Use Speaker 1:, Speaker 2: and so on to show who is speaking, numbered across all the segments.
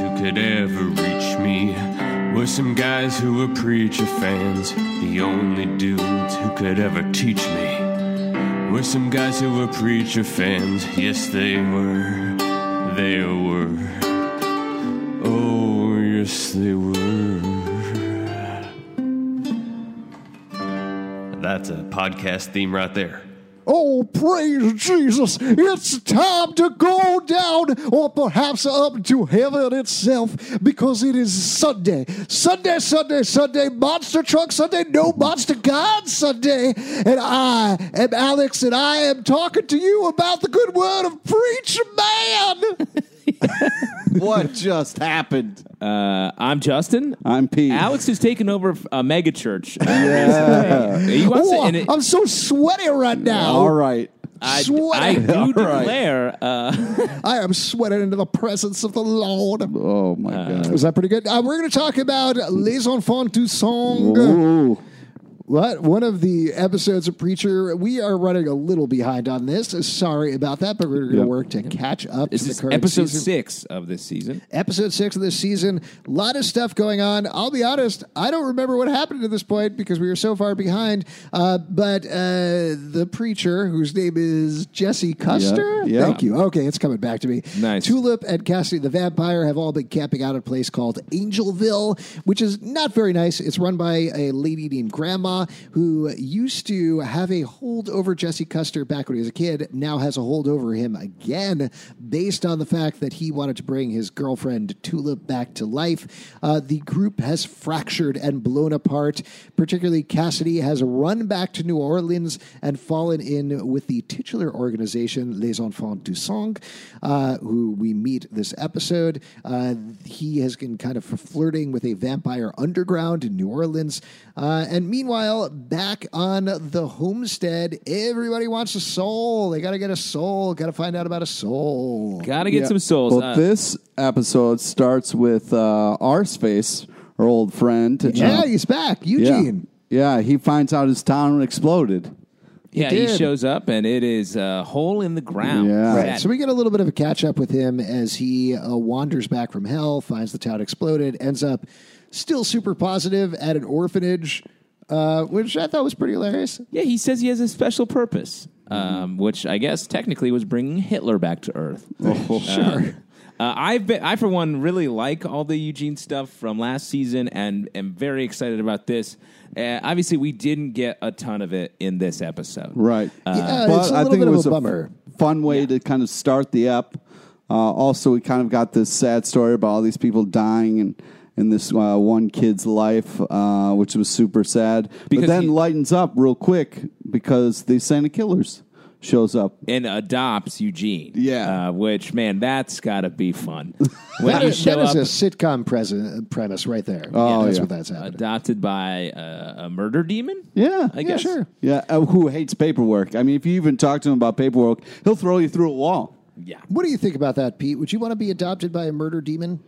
Speaker 1: ever reached me were some guys who were preacher fans. The only dudes who could ever teach me were some guys who were preacher fans. Yes, they were. They were. Oh, yes, they were. That's a podcast theme right there.
Speaker 2: Oh, praise Jesus. It's time to go down or perhaps up to heaven itself because it is Sunday. Sunday, Sunday, Sunday, Monster Truck Sunday, No Monster God Sunday. And I am Alex and I am talking to you about the good word of Preacher Man.
Speaker 3: What just happened?
Speaker 4: Uh, I'm Justin.
Speaker 3: I'm Pete.
Speaker 4: Alex has taken over a mega church. Uh, recently. He wants to-
Speaker 2: Oh,
Speaker 4: and it-
Speaker 2: I'm so sweaty right now.
Speaker 4: oh.
Speaker 3: All right.
Speaker 4: I, I
Speaker 2: sweating.
Speaker 4: do
Speaker 3: All right.
Speaker 4: declare. Uh,
Speaker 2: I am sweating into the presence of the Lord.
Speaker 3: Oh my
Speaker 2: Was that pretty good? Uh, we're going to talk about Les Enfants du Song.
Speaker 3: god. Ooh.
Speaker 2: What one of the episodes of Preacher? We are running a little behind on this. Sorry about that, but we're going to
Speaker 3: Yep.
Speaker 2: work to catch up
Speaker 4: this
Speaker 2: to the
Speaker 4: is
Speaker 2: current
Speaker 4: episode
Speaker 2: season.
Speaker 4: six of this season.
Speaker 2: Episode six of this season. A lot of stuff going on. I'll be honest, I don't remember what happened to this point because we were so far behind. Uh, but uh, the preacher, whose name is Jesse Custer,
Speaker 3: Yeah.
Speaker 2: thank you. Okay, it's coming back to me.
Speaker 4: Nice.
Speaker 2: Tulip and Cassidy the Vampire have all been camping out at a place called Angelville, which is not very nice. It's run by a lady named Grandma who used to have a hold over Jesse Custer back when he was a kid, now has a hold over him again, based on the fact that he wanted to bring his girlfriend Tulip back to life. Uh, the group has fractured and blown apart. Particularly, Cassidy has run back to New Orleans and fallen in with the titular organization, Les Enfants du Sang, uh, who we meet this episode. Uh, he has been kind of flirting with a vampire underground in New Orleans. Uh, and meanwhile, back on the homestead, everybody wants a soul. They got to get a soul, got to find out about a soul.
Speaker 4: Gotta get
Speaker 3: Yeah.
Speaker 4: some souls.
Speaker 3: Well,
Speaker 4: Uh,
Speaker 3: this episode starts with uh, Arspace, our old friend.
Speaker 2: Yeah,
Speaker 3: Uh,
Speaker 2: he's back.
Speaker 3: yeah.
Speaker 2: Eugene.
Speaker 3: Yeah, he finds out his town exploded.
Speaker 4: yeah,
Speaker 2: he
Speaker 4: he,
Speaker 2: did.
Speaker 4: shows up and it is a hole in the ground.
Speaker 3: Yeah.
Speaker 2: Right.
Speaker 4: That-
Speaker 2: So we get a little bit of a catch up with him as he uh, wanders back from hell, finds the town exploded, ends up still super positive at an orphanage, uh, which I thought was pretty hilarious.
Speaker 4: yeah, he says he has a special purpose,
Speaker 2: Mm-hmm.
Speaker 4: um, which I guess technically was bringing Hitler back to Earth.
Speaker 2: Oh, Sure.
Speaker 4: Uh, I've been, I for one really like all the Eugene stuff from last season, and am very excited about this. Uh, obviously, we didn't get a ton of it in this episode,
Speaker 3: Right.
Speaker 4: Uh,
Speaker 2: Yeah,
Speaker 3: but
Speaker 2: it's a
Speaker 3: I
Speaker 2: little
Speaker 3: think
Speaker 2: bit
Speaker 3: it
Speaker 2: of
Speaker 3: was
Speaker 2: a
Speaker 3: a
Speaker 2: bummer.
Speaker 3: f- fun way to kind of start the ep. Uh, also, we kind of got this sad story about all these people dying and. In this uh, one kid's life, uh, which was super sad,
Speaker 4: Because
Speaker 3: but then
Speaker 4: he-
Speaker 3: lightens up real quick because the Santa Killers shows up.
Speaker 4: And adopts Eugene,
Speaker 3: Yeah.
Speaker 4: Uh, which man, that's got to be fun. When
Speaker 2: That
Speaker 4: you
Speaker 2: is, that
Speaker 4: show
Speaker 2: is
Speaker 4: up
Speaker 2: a sitcom pres- premise right there.
Speaker 3: Oh,
Speaker 2: that's
Speaker 3: yeah.
Speaker 2: what that's happening.
Speaker 4: adopted by uh, a murder demon,
Speaker 3: Yeah,
Speaker 4: I
Speaker 3: yeah,
Speaker 4: guess.
Speaker 2: sure.
Speaker 3: Yeah, uh, who hates paperwork? I mean, if you even talk to him about paperwork, he'll throw you through a wall.
Speaker 4: yeah.
Speaker 2: What do you think about that, Pete? Would you want to be adopted by a murder demon?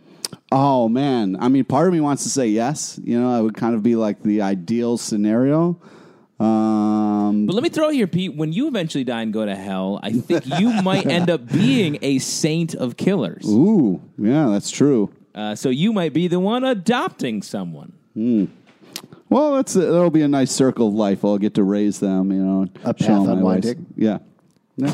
Speaker 3: Oh man, I mean, part of me wants to say yes. You know, I would kind of be like the ideal scenario. Um,
Speaker 4: But let me throw here, Pete. When you eventually die and go to hell, I think you might end up being a saint of killers.
Speaker 3: ooh, yeah, that's true.
Speaker 4: Uh, so you might be the one adopting someone.
Speaker 3: Well, that's a, that'll be a nice circle of life. I'll get to raise them. You know,
Speaker 2: A
Speaker 3: show
Speaker 2: path
Speaker 3: 'em my ways.
Speaker 2: unwinding.
Speaker 3: Yeah. Yeah.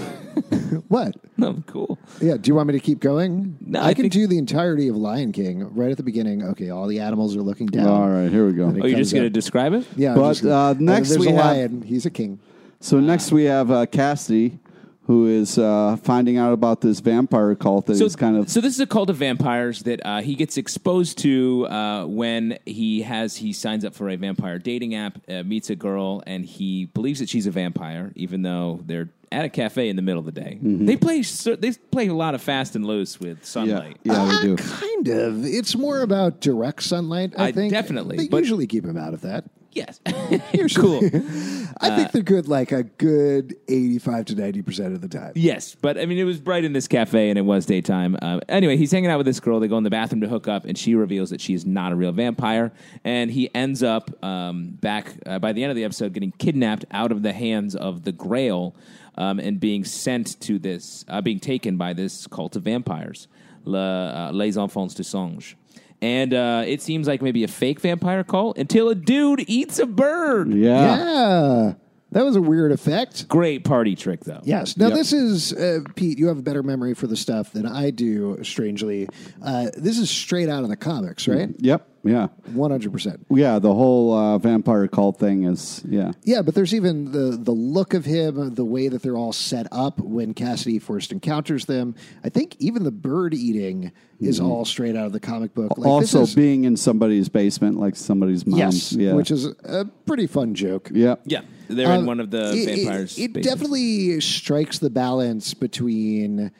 Speaker 2: What?
Speaker 4: Oh, cool.
Speaker 2: Yeah, do you want me to keep going?
Speaker 4: No,
Speaker 2: I,
Speaker 4: I
Speaker 2: can
Speaker 4: think-
Speaker 2: do the entirety of Lion King right at the beginning. Okay, all the animals are looking down.
Speaker 3: All right, here we
Speaker 2: Then
Speaker 3: go.
Speaker 4: Oh, you're
Speaker 2: comes
Speaker 4: just going to
Speaker 2: up.
Speaker 4: describe it?
Speaker 2: Yeah, I'm
Speaker 3: But,
Speaker 2: just gonna-
Speaker 3: uh, next
Speaker 2: there's
Speaker 3: we
Speaker 2: a
Speaker 3: have-
Speaker 2: lion. He's a king.
Speaker 3: So next we have uh, Cassidy, who is uh, finding out about this vampire cult that he's kind of
Speaker 4: so this is a cult of vampires that uh, he gets exposed to uh, when he has he signs up for a vampire dating app, uh, meets a girl, and he believes that she's a vampire, even though they're at a cafe in the middle of the day. They play so, they play a lot of fast and loose with
Speaker 3: yeah,
Speaker 4: sunlight.
Speaker 3: yeah, we do.
Speaker 2: Uh, Kind of. It's more about direct sunlight. I,
Speaker 4: I
Speaker 2: think
Speaker 4: definitely,
Speaker 2: They
Speaker 4: but-
Speaker 2: usually keep him out of that.
Speaker 4: Yes, cool.
Speaker 2: I
Speaker 3: Uh,
Speaker 2: think they're good, like a good eighty-five to ninety percent of the time.
Speaker 4: Yes, but I mean, it was bright in this cafe and it was daytime. Um, anyway, he's hanging out with this girl. They go in the bathroom to hook up, and she reveals that she is not a real vampire. And he ends up um, back uh, by the end of the episode getting kidnapped out of the hands of the Grail um, and being sent to this, uh, being taken by this cult of vampires, Le, uh, Les Enfants du Songe. And uh, it seems like maybe a fake vampire cult until a dude eats a bird.
Speaker 3: Yeah.
Speaker 2: yeah. That was a weird effect.
Speaker 4: Great party trick, though.
Speaker 2: Yes. Now,
Speaker 3: Yep.
Speaker 2: this is, uh, Pete, you have a better memory for the stuff than I do, strangely. Uh, this is straight out of the comics, right?
Speaker 3: Yep. Yeah.
Speaker 2: 100%.
Speaker 3: Yeah. The whole uh, vampire cult thing is yeah.
Speaker 2: Yeah, but there's even the the look of him, uh, the way that they're all set up when Cassidy first encounters them. I think even the bird eating is all straight out of the comic book. Like, this
Speaker 3: Mm-hmm. also
Speaker 2: is-
Speaker 3: being in somebody's basement, like somebody's
Speaker 2: yes,
Speaker 3: mom's. Yeah.
Speaker 2: which is a pretty fun joke.
Speaker 3: yeah.
Speaker 4: Yeah. They're
Speaker 2: Um,
Speaker 4: in one of the
Speaker 2: it- it-
Speaker 4: vampires.
Speaker 2: It,
Speaker 4: basements.
Speaker 2: definitely strikes the balance between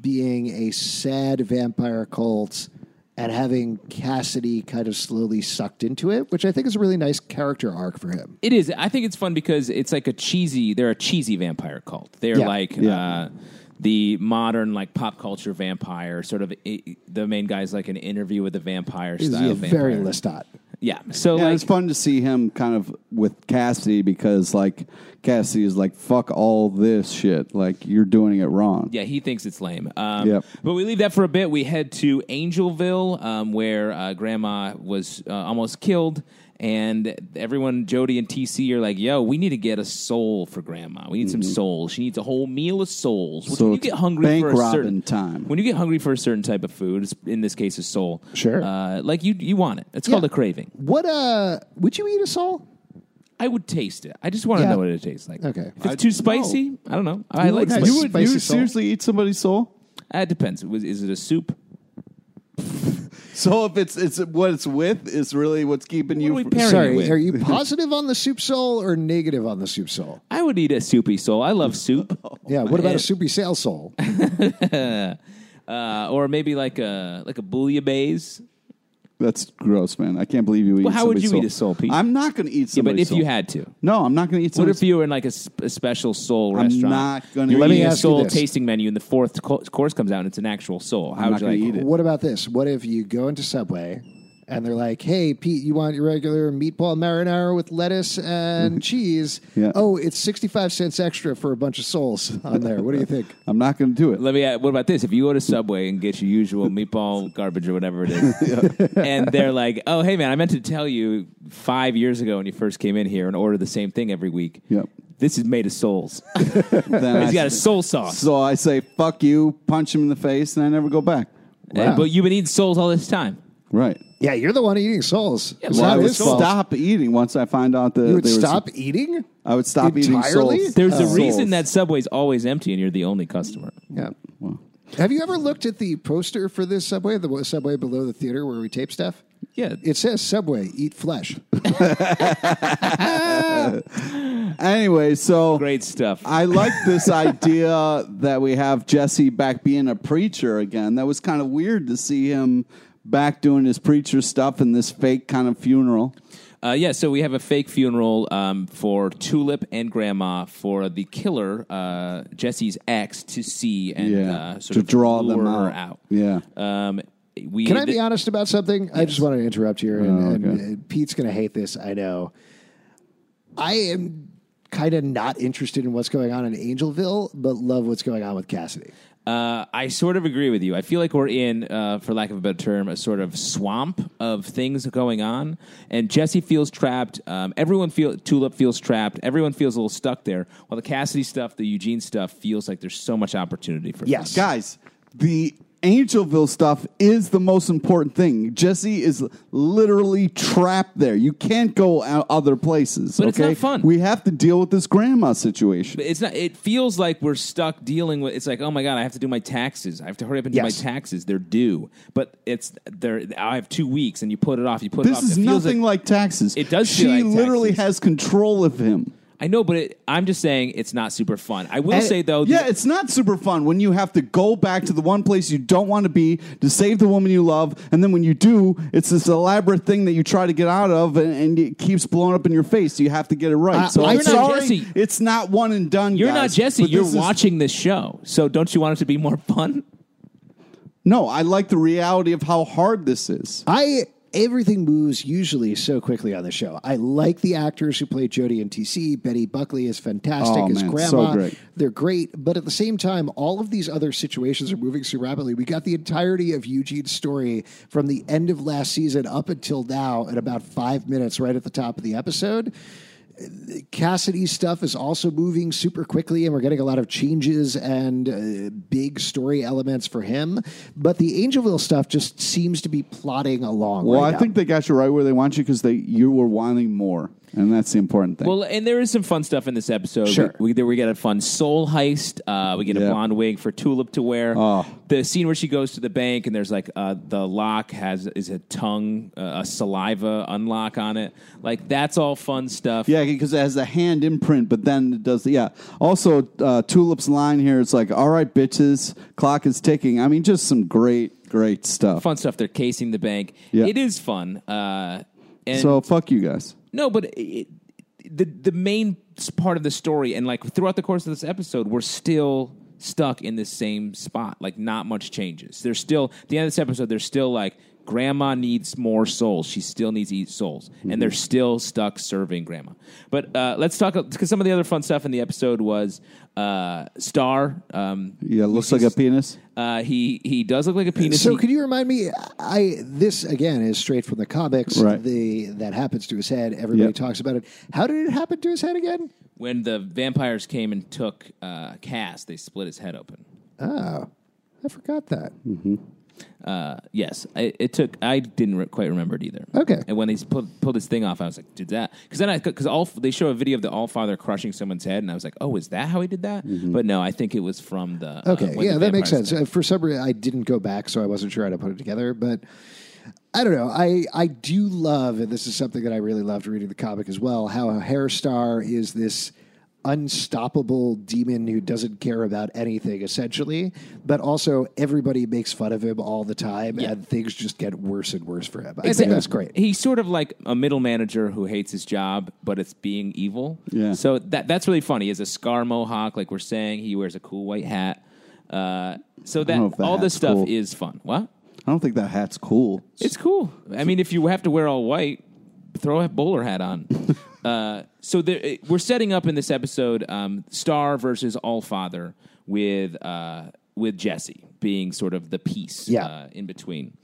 Speaker 2: being a sad vampire cult and having Cassidy kind of slowly sucked into it, which I think is a really nice character arc for him.
Speaker 4: It is. I think it's fun because it's like a cheesy. They're a cheesy vampire cult. They're
Speaker 2: Yeah.
Speaker 4: like
Speaker 3: Yeah.
Speaker 4: uh, the modern like pop culture vampire. Sort of i the main guy's like an interview with a vampire
Speaker 2: He's
Speaker 4: style.
Speaker 2: a very
Speaker 4: vampire.
Speaker 2: Lestat.
Speaker 4: Yeah. So
Speaker 3: Yeah,
Speaker 4: like,
Speaker 3: it's fun to see him kind of with Cassidy because like Cassidy is like fuck all this shit like you're doing it wrong.
Speaker 4: Yeah, he thinks it's lame. Um,
Speaker 3: Yep.
Speaker 4: But we leave that for a bit. We head to Angelville, um, where uh, Grandma was uh, almost killed. And everyone, Jody and TC, are like, yo, we need to get a soul for Grandma. We need some souls. She needs a whole meal of souls. Which
Speaker 3: So
Speaker 4: when you
Speaker 3: it's
Speaker 4: get hungry
Speaker 3: bank
Speaker 4: for a
Speaker 3: robbing
Speaker 4: certain
Speaker 3: time.
Speaker 4: When you get hungry for a certain type of food, it's- in this case, a soul.
Speaker 2: Sure.
Speaker 4: Uh, like you, you want it. It's
Speaker 2: Yeah.
Speaker 4: called a craving.
Speaker 2: What uh would you eat a soul?
Speaker 4: I would taste it. I just want to
Speaker 2: Yeah.
Speaker 4: know what it tastes like.
Speaker 2: Okay.
Speaker 4: If it's
Speaker 3: I-
Speaker 4: too spicy, I don't know. I like
Speaker 2: would-
Speaker 4: spicy.
Speaker 2: you would- Spicy soul.
Speaker 3: eat somebody's soul?
Speaker 4: Uh, it depends. Was- Is it a soup?
Speaker 3: So if it's it's what it's with is really what's keeping
Speaker 4: What are we
Speaker 3: from-
Speaker 4: pairing it
Speaker 2: Sorry,
Speaker 4: with?
Speaker 2: are you positive on the soup soul or negative on the soup soul?
Speaker 4: I would eat a soupy soul. I love soup.
Speaker 3: Oh.
Speaker 2: yeah, what about
Speaker 4: Yeah.
Speaker 2: a soupy sale soul?
Speaker 4: uh, or maybe like a like a bouillabaisse.
Speaker 3: That's gross, man. I can't believe you eat.
Speaker 4: Well, how would
Speaker 3: somebody's
Speaker 4: you eat a soul, Pete?
Speaker 3: I'm not going to eat
Speaker 4: Yeah,
Speaker 3: somebody's
Speaker 4: but if
Speaker 3: soul.
Speaker 4: you had to.
Speaker 3: no, I'm not going to eat
Speaker 4: What
Speaker 3: somebody's.
Speaker 4: if you were in like a, sp- a special soul
Speaker 3: I'm
Speaker 4: restaurant?
Speaker 3: not gonna
Speaker 4: You're
Speaker 3: eat- Let me
Speaker 4: eating a
Speaker 2: ask you
Speaker 4: soul
Speaker 2: this.
Speaker 4: tasting menu, and the fourth co- course comes out, and it's an actual soul. How
Speaker 3: I'm
Speaker 4: would you
Speaker 3: not
Speaker 4: like
Speaker 3: going to eat it.
Speaker 2: What about this? What if you go into Subway and they're like, "Hey, Pete, you want your regular meatball marinara with lettuce and cheese?
Speaker 3: Yeah.
Speaker 2: Oh, it's sixty-five cents extra for a bunch of souls on there. What do you think?
Speaker 3: I'm not going to do it.
Speaker 4: Let me. Add, what about this? If you go to Subway and get your usual meatball garbage or whatever it is, and they're like, "Oh, hey man, I meant to tell you five years ago when you first came in here and ordered the same thing every week.
Speaker 3: Yep.
Speaker 4: This is made of souls.
Speaker 3: Then
Speaker 4: He's
Speaker 3: I-
Speaker 4: got a soul sauce.
Speaker 3: so I say fuck you, punch him in the face, and I never go back.
Speaker 4: And- but you've been eating souls all this time.
Speaker 3: Right.
Speaker 2: Yeah, you're the one eating souls.
Speaker 4: Yeah,
Speaker 2: it's
Speaker 4: well,
Speaker 3: I
Speaker 2: not
Speaker 3: would
Speaker 2: his fault.
Speaker 3: stop eating once I find out that
Speaker 2: You would
Speaker 3: they were-
Speaker 2: stop eating.
Speaker 3: I would stop
Speaker 2: Entirely?
Speaker 3: eating souls. Uh,
Speaker 4: There's a
Speaker 3: Souls.
Speaker 4: reason that Subway's always empty and you're the only customer.
Speaker 2: Yeah. Have you ever looked at the poster for this Subway? The Subway below the theater where we tape stuff.
Speaker 4: Yeah.
Speaker 2: It says Subway, eat flesh.
Speaker 3: Anyway, so
Speaker 4: Great stuff.
Speaker 3: I like this idea that we have Jesse back being a preacher again. That was kind of weird to see him back doing his preacher stuff in this fake kind of funeral.
Speaker 4: Uh, yeah, so we have a fake funeral um, for Tulip and Grandma for the killer, uh, Jesse's ex, to see and
Speaker 3: Yeah,
Speaker 4: uh, sort
Speaker 3: to
Speaker 4: of
Speaker 3: draw them
Speaker 4: lure
Speaker 3: out.
Speaker 4: out.
Speaker 3: Yeah.
Speaker 4: Um, we,
Speaker 2: Can I be honest about something? I just want to interrupt here, and,
Speaker 3: Oh,
Speaker 2: and,
Speaker 3: okay.
Speaker 2: uh, Pete's going to hate this. I know. I am kind of not interested in what's going on in Angelville, but love what's going on with Cassidy.
Speaker 4: Uh, I sort of agree with you. I feel like we're in, uh, for lack of a better term, a sort of swamp of things going on. And Jesse feels trapped. Um, everyone feel Tulip feels trapped. Everyone feels a little stuck there. While the Cassidy stuff, the Eugene stuff, feels like there's so much opportunity for.
Speaker 2: Yes.
Speaker 3: Guys, the Angelville stuff is the most important thing. Jesse is literally trapped there. You can't go out other places.
Speaker 4: But it's
Speaker 3: okay?
Speaker 4: not fun.
Speaker 3: We have to deal with this grandma situation.
Speaker 4: It's not. It feels like we're stuck dealing with. It's like, oh my god, I have to do my taxes. I have to hurry up and do
Speaker 2: Yes.
Speaker 4: my taxes. They're due, but it's they're. I have two weeks, and you put it off. You put it
Speaker 3: This
Speaker 4: off.
Speaker 3: is
Speaker 4: It feels
Speaker 3: nothing like, taxes.
Speaker 4: It does
Speaker 3: She
Speaker 4: feel like
Speaker 3: literally
Speaker 4: taxes.
Speaker 3: has control of him.
Speaker 4: I know, but it, I'm just saying it's not super fun. I will
Speaker 3: And-
Speaker 4: say though,
Speaker 3: yeah, it's not super fun when you have to go back to the one place you don't want to be to save the woman you love, and then when you do, it's this elaborate thing that you try to get out of, and, and it keeps blowing up in your face. You have to get it right.
Speaker 2: Uh,
Speaker 3: so
Speaker 2: well,
Speaker 3: I'm
Speaker 2: you're not
Speaker 3: sorry,
Speaker 4: Jesse.
Speaker 3: it's not one and done.
Speaker 4: You're not
Speaker 3: guys,
Speaker 4: Jesse.
Speaker 3: but
Speaker 4: You're
Speaker 3: this is-
Speaker 4: watching this show. So don't you want it to be more fun?
Speaker 3: No, I like the reality of how hard this is.
Speaker 2: I everything moves usually so quickly on the show. I like the actors who play Jodie and TC. Betty Buckley is fantastic
Speaker 3: Oh,
Speaker 2: as
Speaker 3: man,
Speaker 2: Grandma.
Speaker 3: so great.
Speaker 2: They're great, but at the same time, all of these other situations are moving so rapidly. We got the entirety of Eugene's story from the end of last season up until now in about five minutes, right at the top of the episode. Cassidy's stuff is also moving super quickly, and we're getting a lot of changes and uh, big story elements for him. But the Angelville stuff just seems to be plodding along.
Speaker 3: Well,
Speaker 2: right
Speaker 3: I
Speaker 2: now.
Speaker 3: think they got you right where they want you because they you were wanting more, and that's the important thing.
Speaker 4: Well, and there is some fun stuff in this episode.
Speaker 2: Sure.
Speaker 4: We, we, we get a fun soul heist. Uh, we get a
Speaker 3: Yeah.
Speaker 4: blonde wig for Tulip to wear.
Speaker 3: Oh.
Speaker 4: The scene where she goes to the bank and there's like uh, the lock has is a tongue, uh, a saliva unlock on it. Like that's all fun stuff.
Speaker 3: Yeah, because it has the hand imprint, but then it does. Yeah. Also, uh, Tulip's line here. It's like, all right, bitches, clock is ticking. I mean, just some great, great stuff.
Speaker 4: Fun stuff. They're casing the bank.
Speaker 3: Yeah.
Speaker 4: It is fun. Uh, and
Speaker 3: So fuck you guys.
Speaker 4: No, but it, the the main s- part of the story, and like throughout the course of this episode, we're still stuck in the same spot. Like not much changes. There's still at the end of this episode. There's still like grandma needs more souls. She still needs to eat souls, and
Speaker 2: Mm-hmm.
Speaker 4: they're still stuck serving grandma. But uh, let's talk because some of the other fun stuff in the episode was uh, Star. Um,
Speaker 3: Yeah, looks like a penis.
Speaker 4: uh, he he does look like a penis.
Speaker 2: So,
Speaker 4: He-
Speaker 2: could you remind me? I this again is straight from the comics.
Speaker 3: Right.
Speaker 2: The that happens to his head. Everybody
Speaker 3: Yep.
Speaker 2: talks about it. How did it happen to his head again?
Speaker 4: when the vampires came and took uh, Cass, they split his head open.
Speaker 2: Oh, I forgot that.
Speaker 4: Uh, yes, I, it took. I didn't re- quite remember it either.
Speaker 2: Okay.
Speaker 4: And when they pulled, pulled his thing off, I was like, "Did that?" Because then I because all they show a video of the All Father crushing someone's head, and I was like, "Oh, is that how he did that?" But no, I think it was from the. uh,
Speaker 2: Mm-hmm. Okay,
Speaker 4: when
Speaker 2: yeah,
Speaker 4: the
Speaker 2: that makes
Speaker 4: vampires
Speaker 2: sense. Uh, For some reason, I didn't go back, so I wasn't sure how to put it together. But I don't know. I I do love, and this is something that I really loved reading the comic as well. How Hairstar is this unstoppable demon who doesn't care about anything essentially, but also everybody makes fun of him all the time,
Speaker 4: Yeah.
Speaker 2: and things just get worse and worse for him. I
Speaker 4: Exactly.
Speaker 2: think that's great.
Speaker 4: He's sort of like a middle manager who hates his job, but it's being evil.
Speaker 3: Yeah.
Speaker 4: So that that's really funny. He has a scar mohawk, like we're saying. He wears a cool white hat. Uh, so that,
Speaker 3: know if that
Speaker 4: all this
Speaker 3: hat's
Speaker 4: stuff
Speaker 3: cool.
Speaker 4: is fun. What?
Speaker 3: I don't think that hat's cool.
Speaker 4: It's cool. I mean, if you have to wear all white, throw a bowler hat on. uh, so there, it- we're setting up in this episode um, Star versus All Father with uh, with Jesse being sort of the piece
Speaker 2: Yeah.
Speaker 4: uh, in between,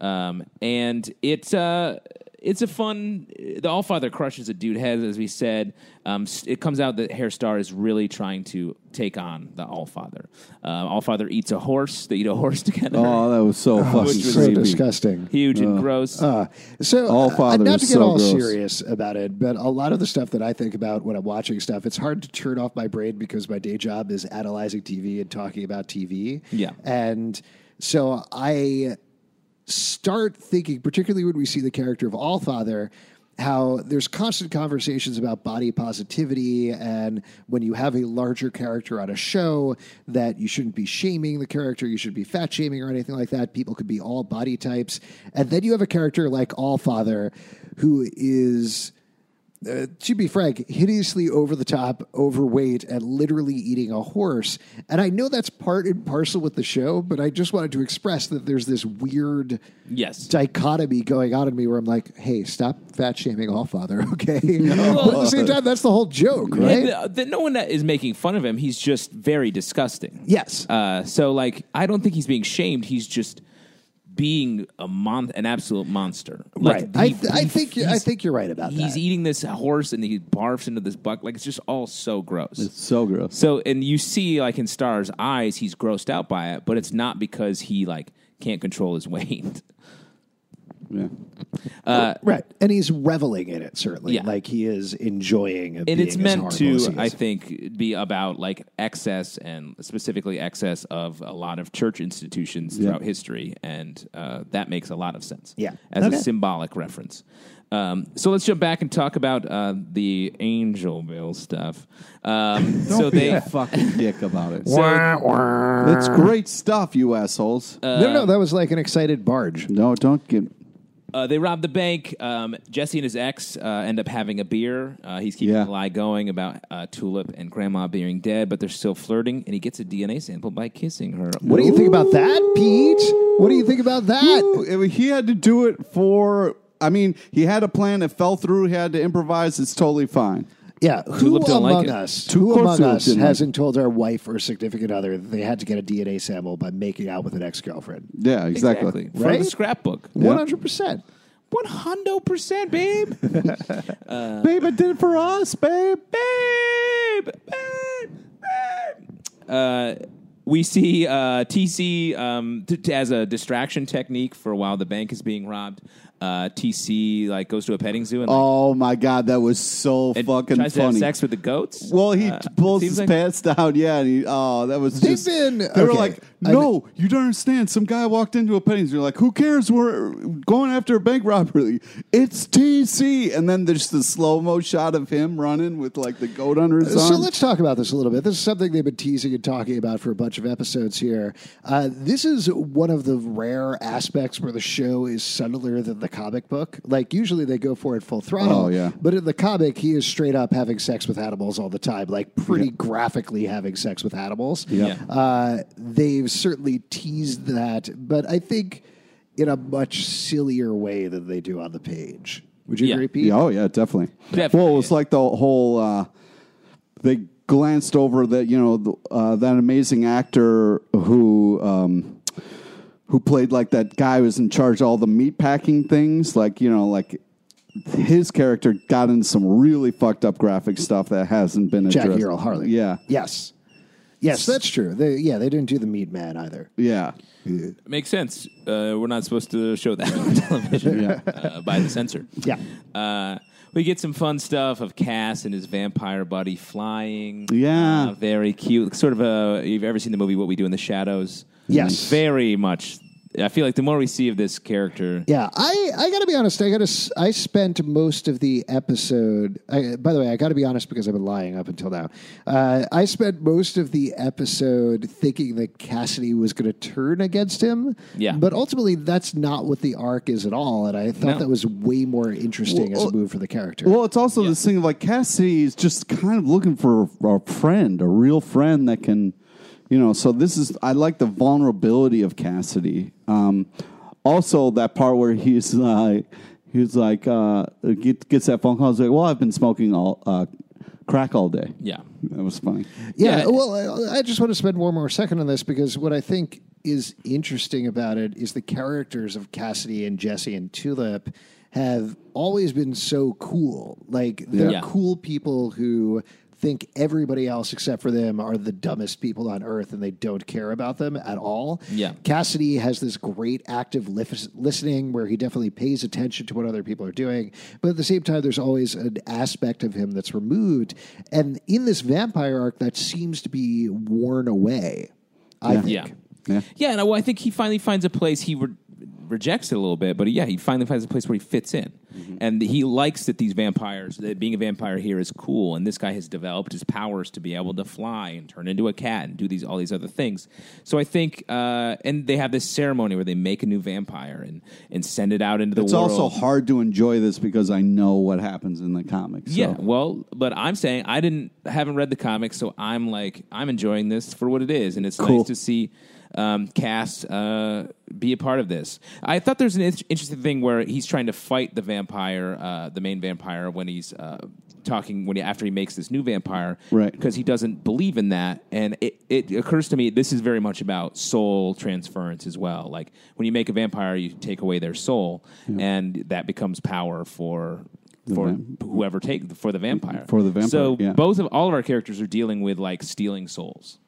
Speaker 4: um, and it's. Uh, it's a fun. The All Father crushes a dude head, as we said. Um, s- it comes out that Hair Star is really trying to take on the All Father. Uh, All Father eats a horse. They eat a horse together.
Speaker 3: Oh, that was so fucking
Speaker 4: was
Speaker 2: so
Speaker 3: creepy.
Speaker 2: disgusting.
Speaker 4: Huge and gross.
Speaker 2: So,
Speaker 3: All
Speaker 2: uh,
Speaker 3: Father
Speaker 2: not to
Speaker 3: is
Speaker 2: get
Speaker 3: so
Speaker 2: all
Speaker 3: gross.
Speaker 2: serious about it, but a lot of the stuff that I think about when I'm watching stuff, it's hard to turn off my brain because my day job is analyzing TV and talking about TV.
Speaker 4: Yeah.
Speaker 2: And so I start thinking, particularly when we see the character of Allfather, how there's constant conversations about body positivity, and when you have a larger character on a show, that you shouldn't be shaming the character, you should be fat shaming or anything like that. People could be all body types, and then you have a character like Allfather, who is to be frank, hideously over the top, overweight, and literally eating a horse. And I know that's part and parcel with the show, but I just wanted to express that there's this weird
Speaker 4: yes.
Speaker 2: dichotomy going on in me where I'm like, hey, stop fat shaming all father, okay? But at the same time, that's the whole joke, right?
Speaker 4: And, uh, the, no one that is making fun of him. He's just very disgusting.
Speaker 2: Yes.
Speaker 4: Uh, so, like, I don't think he's being shamed. He's just being a mon- an absolute monster. Like,
Speaker 2: right.
Speaker 4: he-
Speaker 2: I, th- I
Speaker 4: he-
Speaker 2: think you're, I
Speaker 4: he's-
Speaker 2: think you're right about
Speaker 4: He's
Speaker 2: that.
Speaker 4: eating this horse and he barfs into this buck. Like, it's just all so gross.
Speaker 3: so gross.
Speaker 4: so, and you see, like, in Star's eyes, he's grossed out by it, but it's not because he, like, can't control his weight.
Speaker 3: Yeah.
Speaker 2: right. And he's reveling in it, certainly.
Speaker 4: Yeah.
Speaker 2: Like he is enjoying it.
Speaker 4: and
Speaker 2: being
Speaker 4: it's
Speaker 2: as
Speaker 4: meant
Speaker 2: horrible as
Speaker 4: to
Speaker 2: he
Speaker 4: i
Speaker 2: is.
Speaker 4: think be about like excess and specifically excess of a lot of church institutions throughout history and uh, that makes a lot of sense
Speaker 2: Yeah.
Speaker 4: as
Speaker 2: Okay.
Speaker 4: a symbolic reference um, so let's jump back and talk about uh, the angel bill stuff um, so
Speaker 3: Be
Speaker 4: they
Speaker 3: a fucking dick about it.
Speaker 4: so,
Speaker 3: It's great stuff, you assholes.
Speaker 2: no, no, that was like an excited barge.
Speaker 3: no, don't get.
Speaker 4: Uh, they rob the bank. Um, Jesse and his ex uh, end up having a beer. Uh, he's keeping
Speaker 3: Yeah.
Speaker 4: the lie going about uh, Tulip and Grandma being dead, but they're still flirting, and he gets a DNA sample by kissing her.
Speaker 2: What do you think about that, Pete? What do you think about that?
Speaker 3: Ooh, He had to do it for. I mean, he had a plan. It fell through. He had to improvise. It's totally fine.
Speaker 2: Yeah, who
Speaker 4: Tulip don't
Speaker 2: among
Speaker 4: like it.
Speaker 2: us?
Speaker 3: Tu-
Speaker 2: who
Speaker 3: of course
Speaker 2: among
Speaker 3: Tulip
Speaker 2: us
Speaker 3: didn't like
Speaker 2: hasn't told our wife or significant other that they had to get a DNA sample by making out with an ex-girlfriend?
Speaker 3: Yeah, exactly.
Speaker 4: From
Speaker 2: Right?
Speaker 4: the scrapbook.
Speaker 2: One hundred percent.
Speaker 4: One hundred percent, babe. babe,
Speaker 3: Babe, it did it for us, babe.
Speaker 4: babe, babe. Uh, we see uh, TC um, t- t- as a distraction technique for while the bank is being robbed. Uh, TC like goes to a petting zoo and like,
Speaker 3: Oh my god, that was so
Speaker 4: and
Speaker 3: Oh, fucking
Speaker 4: tries to have
Speaker 3: funny.
Speaker 4: sex with the goats.
Speaker 3: well, he
Speaker 4: Uh,
Speaker 3: pulls
Speaker 4: seems
Speaker 3: his
Speaker 4: like-
Speaker 3: pants down. Yeah, and he, oh, that was
Speaker 2: They've
Speaker 3: just.
Speaker 2: been-
Speaker 3: they were
Speaker 2: okay,
Speaker 3: like,
Speaker 2: I-
Speaker 3: no, you don't understand. Some guy walked into a pennies. You're like, who cares? We're going after a bank robbery. It's TC, and then there's the slow mo shot of him running with like the goat under his
Speaker 2: So
Speaker 3: arm.
Speaker 2: let's talk about this a little bit. This is something they've been teasing and talking about for a bunch of episodes here. Uh, this is one of the rare aspects where the show is subtler than the comic book. Like usually they go for it full throttle.
Speaker 3: Oh, yeah.
Speaker 2: But in the comic, he is straight up having sex with animals all the time, like pretty graphically having sex with animals.
Speaker 4: Yeah.
Speaker 2: Uh, they've certainly teased that, but I think in a much sillier way than they do on the page. Would you
Speaker 4: Yeah.
Speaker 2: agree, Pete?
Speaker 3: Yeah, oh yeah, definitely.
Speaker 4: Definitely.
Speaker 3: Well, it's like the whole uh, they glanced over that you know the, uh, that amazing actor who um, who played like that guy who was in charge of all the meat packing things, like you know like. His character got into some really fucked up graphic stuff that hasn't been
Speaker 2: Jackie
Speaker 3: addressed.
Speaker 2: Earl Harley.
Speaker 3: Yeah,
Speaker 2: Yes. Yes, that's true. They, yeah, they didn't do the Meat Man either.
Speaker 3: yeah,
Speaker 4: Makes sense. Uh, we're not supposed to show that on television
Speaker 3: Yeah.
Speaker 4: uh, by the censor.
Speaker 2: Yeah.
Speaker 4: Uh, we get some fun stuff of Cass and his vampire buddy flying.
Speaker 3: Yeah.
Speaker 4: Uh, very cute. Sort of a. You've ever seen the movie What We Do in the Shadows?
Speaker 2: Yes.
Speaker 4: Very much. I feel like the more we see of this character,
Speaker 2: Yeah, I, I got to be honest. I got to. I spent most of the episode. I, by the way, I got to be honest because I've been lying up until now. Uh, I spent most of the episode thinking that Cassidy was going to turn against him.
Speaker 4: Yeah.
Speaker 2: but ultimately, that's not what the arc is at all. And I thought
Speaker 4: No. oh,
Speaker 2: that was way more interesting as a move for the character.
Speaker 3: Well, it's also this thing of like Cassidy is just kind of looking for a, a friend, a real friend that can, you know. So this is I like the vulnerability of Cassidy. Um, also, that part where he's like, he's like uh, get, gets that phone call. He's like, "Well, I've been smoking all uh, crack all day."
Speaker 4: Yeah.
Speaker 3: that was funny.
Speaker 2: Yeah,
Speaker 4: Yeah.
Speaker 2: well, I I just want to spend one more second on this because what I think is interesting about it is the characters of Cassidy and Jesse and Tulip have always been so cool. Like, they're
Speaker 4: Yeah.
Speaker 2: cool people who think everybody else except for them are the dumbest people on earth and they don't care about them at all.
Speaker 4: Yeah.
Speaker 2: Cassidy has this great active lif- listening where he definitely pays attention to what other people are doing. But at the same time, there's always an aspect of him that's removed. And in this vampire arc, that seems to be worn away, I think.
Speaker 4: yeah,
Speaker 3: Yeah.
Speaker 4: yeah. And I, well, I think he finally finds a place. He re- rejects it a little bit, but yeah, he finally finds a place where he fits in,
Speaker 3: Mm-hmm.
Speaker 4: and he likes that these vampires. That being a vampire here is cool, and this guy has developed his powers to be able to fly and turn into a cat and do these all these other things. So I think, uh, and they have this ceremony where they make a new vampire and and send it out into the
Speaker 3: It's
Speaker 4: world.
Speaker 3: also hard to enjoy this because I know what happens in the comics. so.
Speaker 4: Yeah, well, but I'm saying I didn't haven't read the comics, so I'm like I'm enjoying this for what it is, and it's
Speaker 3: Cool.
Speaker 4: nice to see um, Cass uh, be a part of this. I thought there's an in- interesting thing where he's trying to fight the vampire, uh, the main vampire, when he's uh, talking when he, after he makes this new vampire,
Speaker 3: Right.
Speaker 4: Because he doesn't believe in that, and it, it occurs to me this is very much about soul transference as well. Like when you make a vampire, you take away their soul, and that becomes power for. For
Speaker 3: vamp-
Speaker 4: whoever take for the vampire
Speaker 3: For the vampire,
Speaker 4: So
Speaker 3: yeah.
Speaker 4: both of all of our characters are dealing with like stealing souls.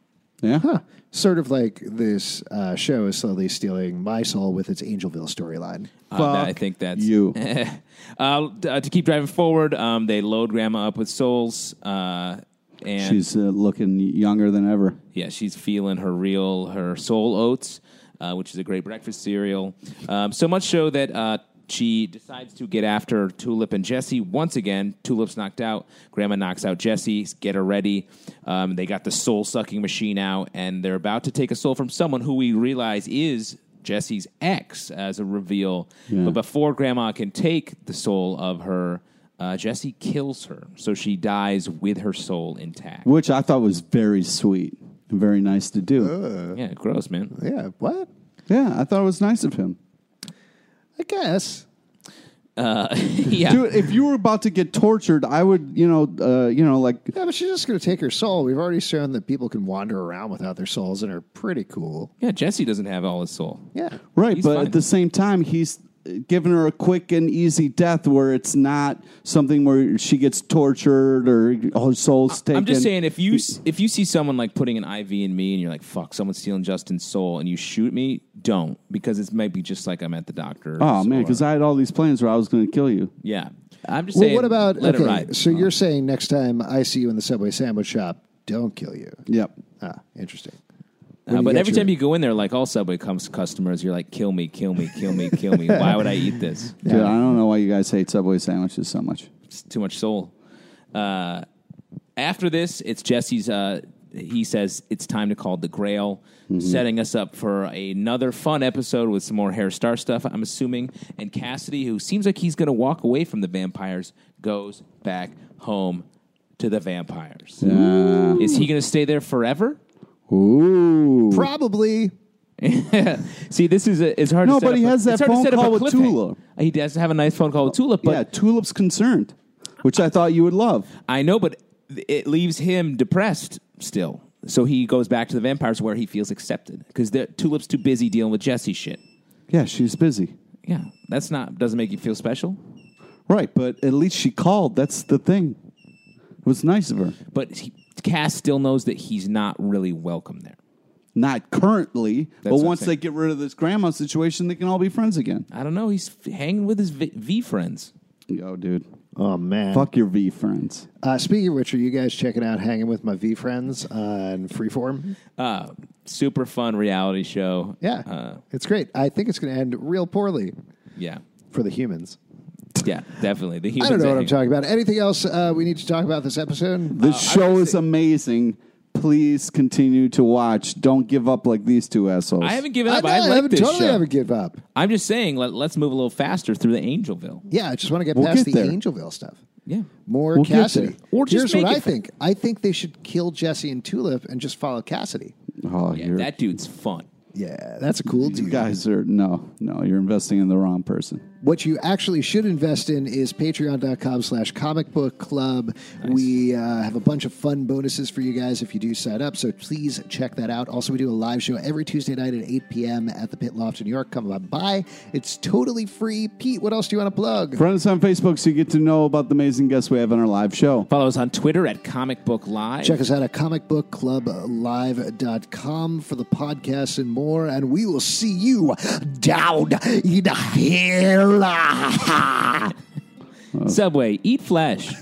Speaker 3: yeah.
Speaker 2: Sort of like this uh, show is slowly stealing my soul with its Angelville storyline.
Speaker 4: Uh,
Speaker 3: Fuck
Speaker 4: that- I think that's
Speaker 3: you.
Speaker 4: uh, d- uh, to keep driving forward, um, they load Grandma up with souls, uh, and
Speaker 3: She's uh, looking younger than ever.
Speaker 4: yeah, she's feeling her real her soul oats, uh, which is a great breakfast cereal. Um, so much so that uh, she decides to get after Tulip and Jesse once again. Tulip's knocked out. Grandma knocks out Jesse. Get her ready. Um, they got the soul sucking machine out, and they're about to take a soul from someone who we realize is Jesse's ex as a reveal. But before Grandma can take the soul of her, uh, Jesse kills her, so she dies with her soul intact.
Speaker 3: which I thought was very sweet and very nice to do.
Speaker 4: Yeah, gross, man.
Speaker 2: Yeah, what?
Speaker 3: Yeah, I thought it was nice of him.
Speaker 2: I guess.
Speaker 4: yeah,
Speaker 3: Dude, if you were about to get tortured, I would, you know, uh, you know, like
Speaker 2: Yeah, but she's just going to take her soul. We've already shown that people can wander around without their souls and are pretty cool.
Speaker 4: yeah. Jesse doesn't have all his soul.
Speaker 2: Yeah.
Speaker 3: right,
Speaker 4: He's
Speaker 3: but
Speaker 4: fine.
Speaker 3: at the same time, he's giving her a quick and easy death where it's not something where she gets tortured or her soul's taken.
Speaker 4: I'm just saying, if you s- if you see someone like putting an IV in me, and you're like, "Fuck, someone's stealing Justin's soul," and you shoot me, don't because it might be just like I'm at the doctor.
Speaker 3: Oh man, because I had all these plans where I was going to kill you.
Speaker 4: yeah, I'm just
Speaker 2: Well,
Speaker 4: saying.
Speaker 2: what about?
Speaker 4: let
Speaker 2: okay,
Speaker 4: it ride? Uh-huh.
Speaker 2: so you're saying next time I see you in the Subway sandwich shop, don't kill you.
Speaker 3: Yep.
Speaker 2: Ah, interesting.
Speaker 4: Uh,
Speaker 2: you
Speaker 4: but
Speaker 2: get
Speaker 4: every
Speaker 2: your-
Speaker 4: time you go in there, like all Subway comes customers, you're like, "Kill me, kill me, kill me, kill me." Why would I eat this?
Speaker 3: Dude, I don't know why you guys hate Subway sandwiches so much.
Speaker 4: It's too much soul. Uh, after this, it's Jesse's. Uh, he says it's time to call the Grail,
Speaker 3: Mm-hmm.
Speaker 4: setting us up for another fun episode with some more Hair Star stuff. I'm assuming. And Cassidy, who seems like he's going to walk away from the vampires, goes back home to the vampires. Is he going to stay there forever?
Speaker 3: Ooh.
Speaker 2: Probably.
Speaker 4: See, this is a, it's hard.
Speaker 3: No,
Speaker 4: to set
Speaker 3: but he
Speaker 4: up a-
Speaker 3: has
Speaker 4: it's
Speaker 3: that
Speaker 4: hard to
Speaker 3: phone
Speaker 4: set up a
Speaker 3: call with
Speaker 4: cliffhanger.
Speaker 3: Tulip.
Speaker 4: He does have a nice phone call with Tulip, but
Speaker 3: yeah, Tulip's concerned, which I thought you would love.
Speaker 4: I know, but it leaves him depressed still. So he goes back to the vampires where he feels accepted because Tulip's too busy dealing with Jesse shit.
Speaker 3: Yeah, she's busy.
Speaker 4: Yeah, that's not doesn't make you feel special.
Speaker 3: Right, but at least she called. That's the thing. It was nice of her.
Speaker 4: But he, Cass still knows that he's not really welcome there.
Speaker 3: Not currently, but
Speaker 4: what I'm
Speaker 3: once they
Speaker 4: saying.
Speaker 3: get rid of this grandma situation, they can all be friends again.
Speaker 4: I don't know. He's f- hanging with his v, v friends.
Speaker 3: Yo, dude.
Speaker 2: Oh man.
Speaker 3: Fuck your V friends.
Speaker 2: Uh, speaking of which, are you guys checking out "Hanging with My V Friends" on Freeform?
Speaker 4: Uh, super fun reality show.
Speaker 2: Yeah,
Speaker 4: uh,
Speaker 2: it's great. I think it's going to end real poorly
Speaker 4: yeah,
Speaker 2: for the humans.
Speaker 4: yeah, definitely. The
Speaker 2: I don't know what I'm talking about. Anything else uh, we need to talk about this episode?
Speaker 4: Uh,
Speaker 3: This show is amazing. Please continue to watch. Don't give up like these two assholes.
Speaker 4: I haven't given up.
Speaker 2: know,
Speaker 4: I, like
Speaker 2: haven't
Speaker 4: this
Speaker 2: totally
Speaker 4: show.
Speaker 2: haven't give up.
Speaker 4: I'm just saying, let, let's move a little faster through the Angelville.
Speaker 2: Yeah, I just want to get
Speaker 3: We'll
Speaker 2: past
Speaker 3: get
Speaker 2: the
Speaker 3: there.
Speaker 2: Angelville stuff.
Speaker 4: Yeah.
Speaker 2: More
Speaker 3: We'll get
Speaker 2: Cassidy.
Speaker 3: there.
Speaker 4: Or just
Speaker 2: Here's what
Speaker 4: make it
Speaker 2: I
Speaker 4: fa-
Speaker 2: think. I think they should kill Jesse and Tulip and just follow Cassidy.
Speaker 3: Oh,
Speaker 4: yeah
Speaker 3: you're-
Speaker 4: that dude's fun.
Speaker 2: Yeah, that's a cool
Speaker 3: you
Speaker 2: dude.
Speaker 3: guys are no, no. You're investing in the wrong person.
Speaker 2: What you actually should invest in is patreon.com slash comic book club. We uh, have a bunch of fun bonuses for you guys if you do sign up, so please check that out. Also, we do a live show every Tuesday night at 8 p.m. at the Pit Loft in New York. Come on by. It's totally free. Pete, what else do you want to plug?
Speaker 3: Friend us on Facebook so you get to know about the amazing guests we have on our live show.
Speaker 4: Follow us on Twitter at Comic Book Live.
Speaker 2: Check us out at comicbookclublive.com for the podcast and more, and we will see you down in hell.
Speaker 4: Subway, eat flesh.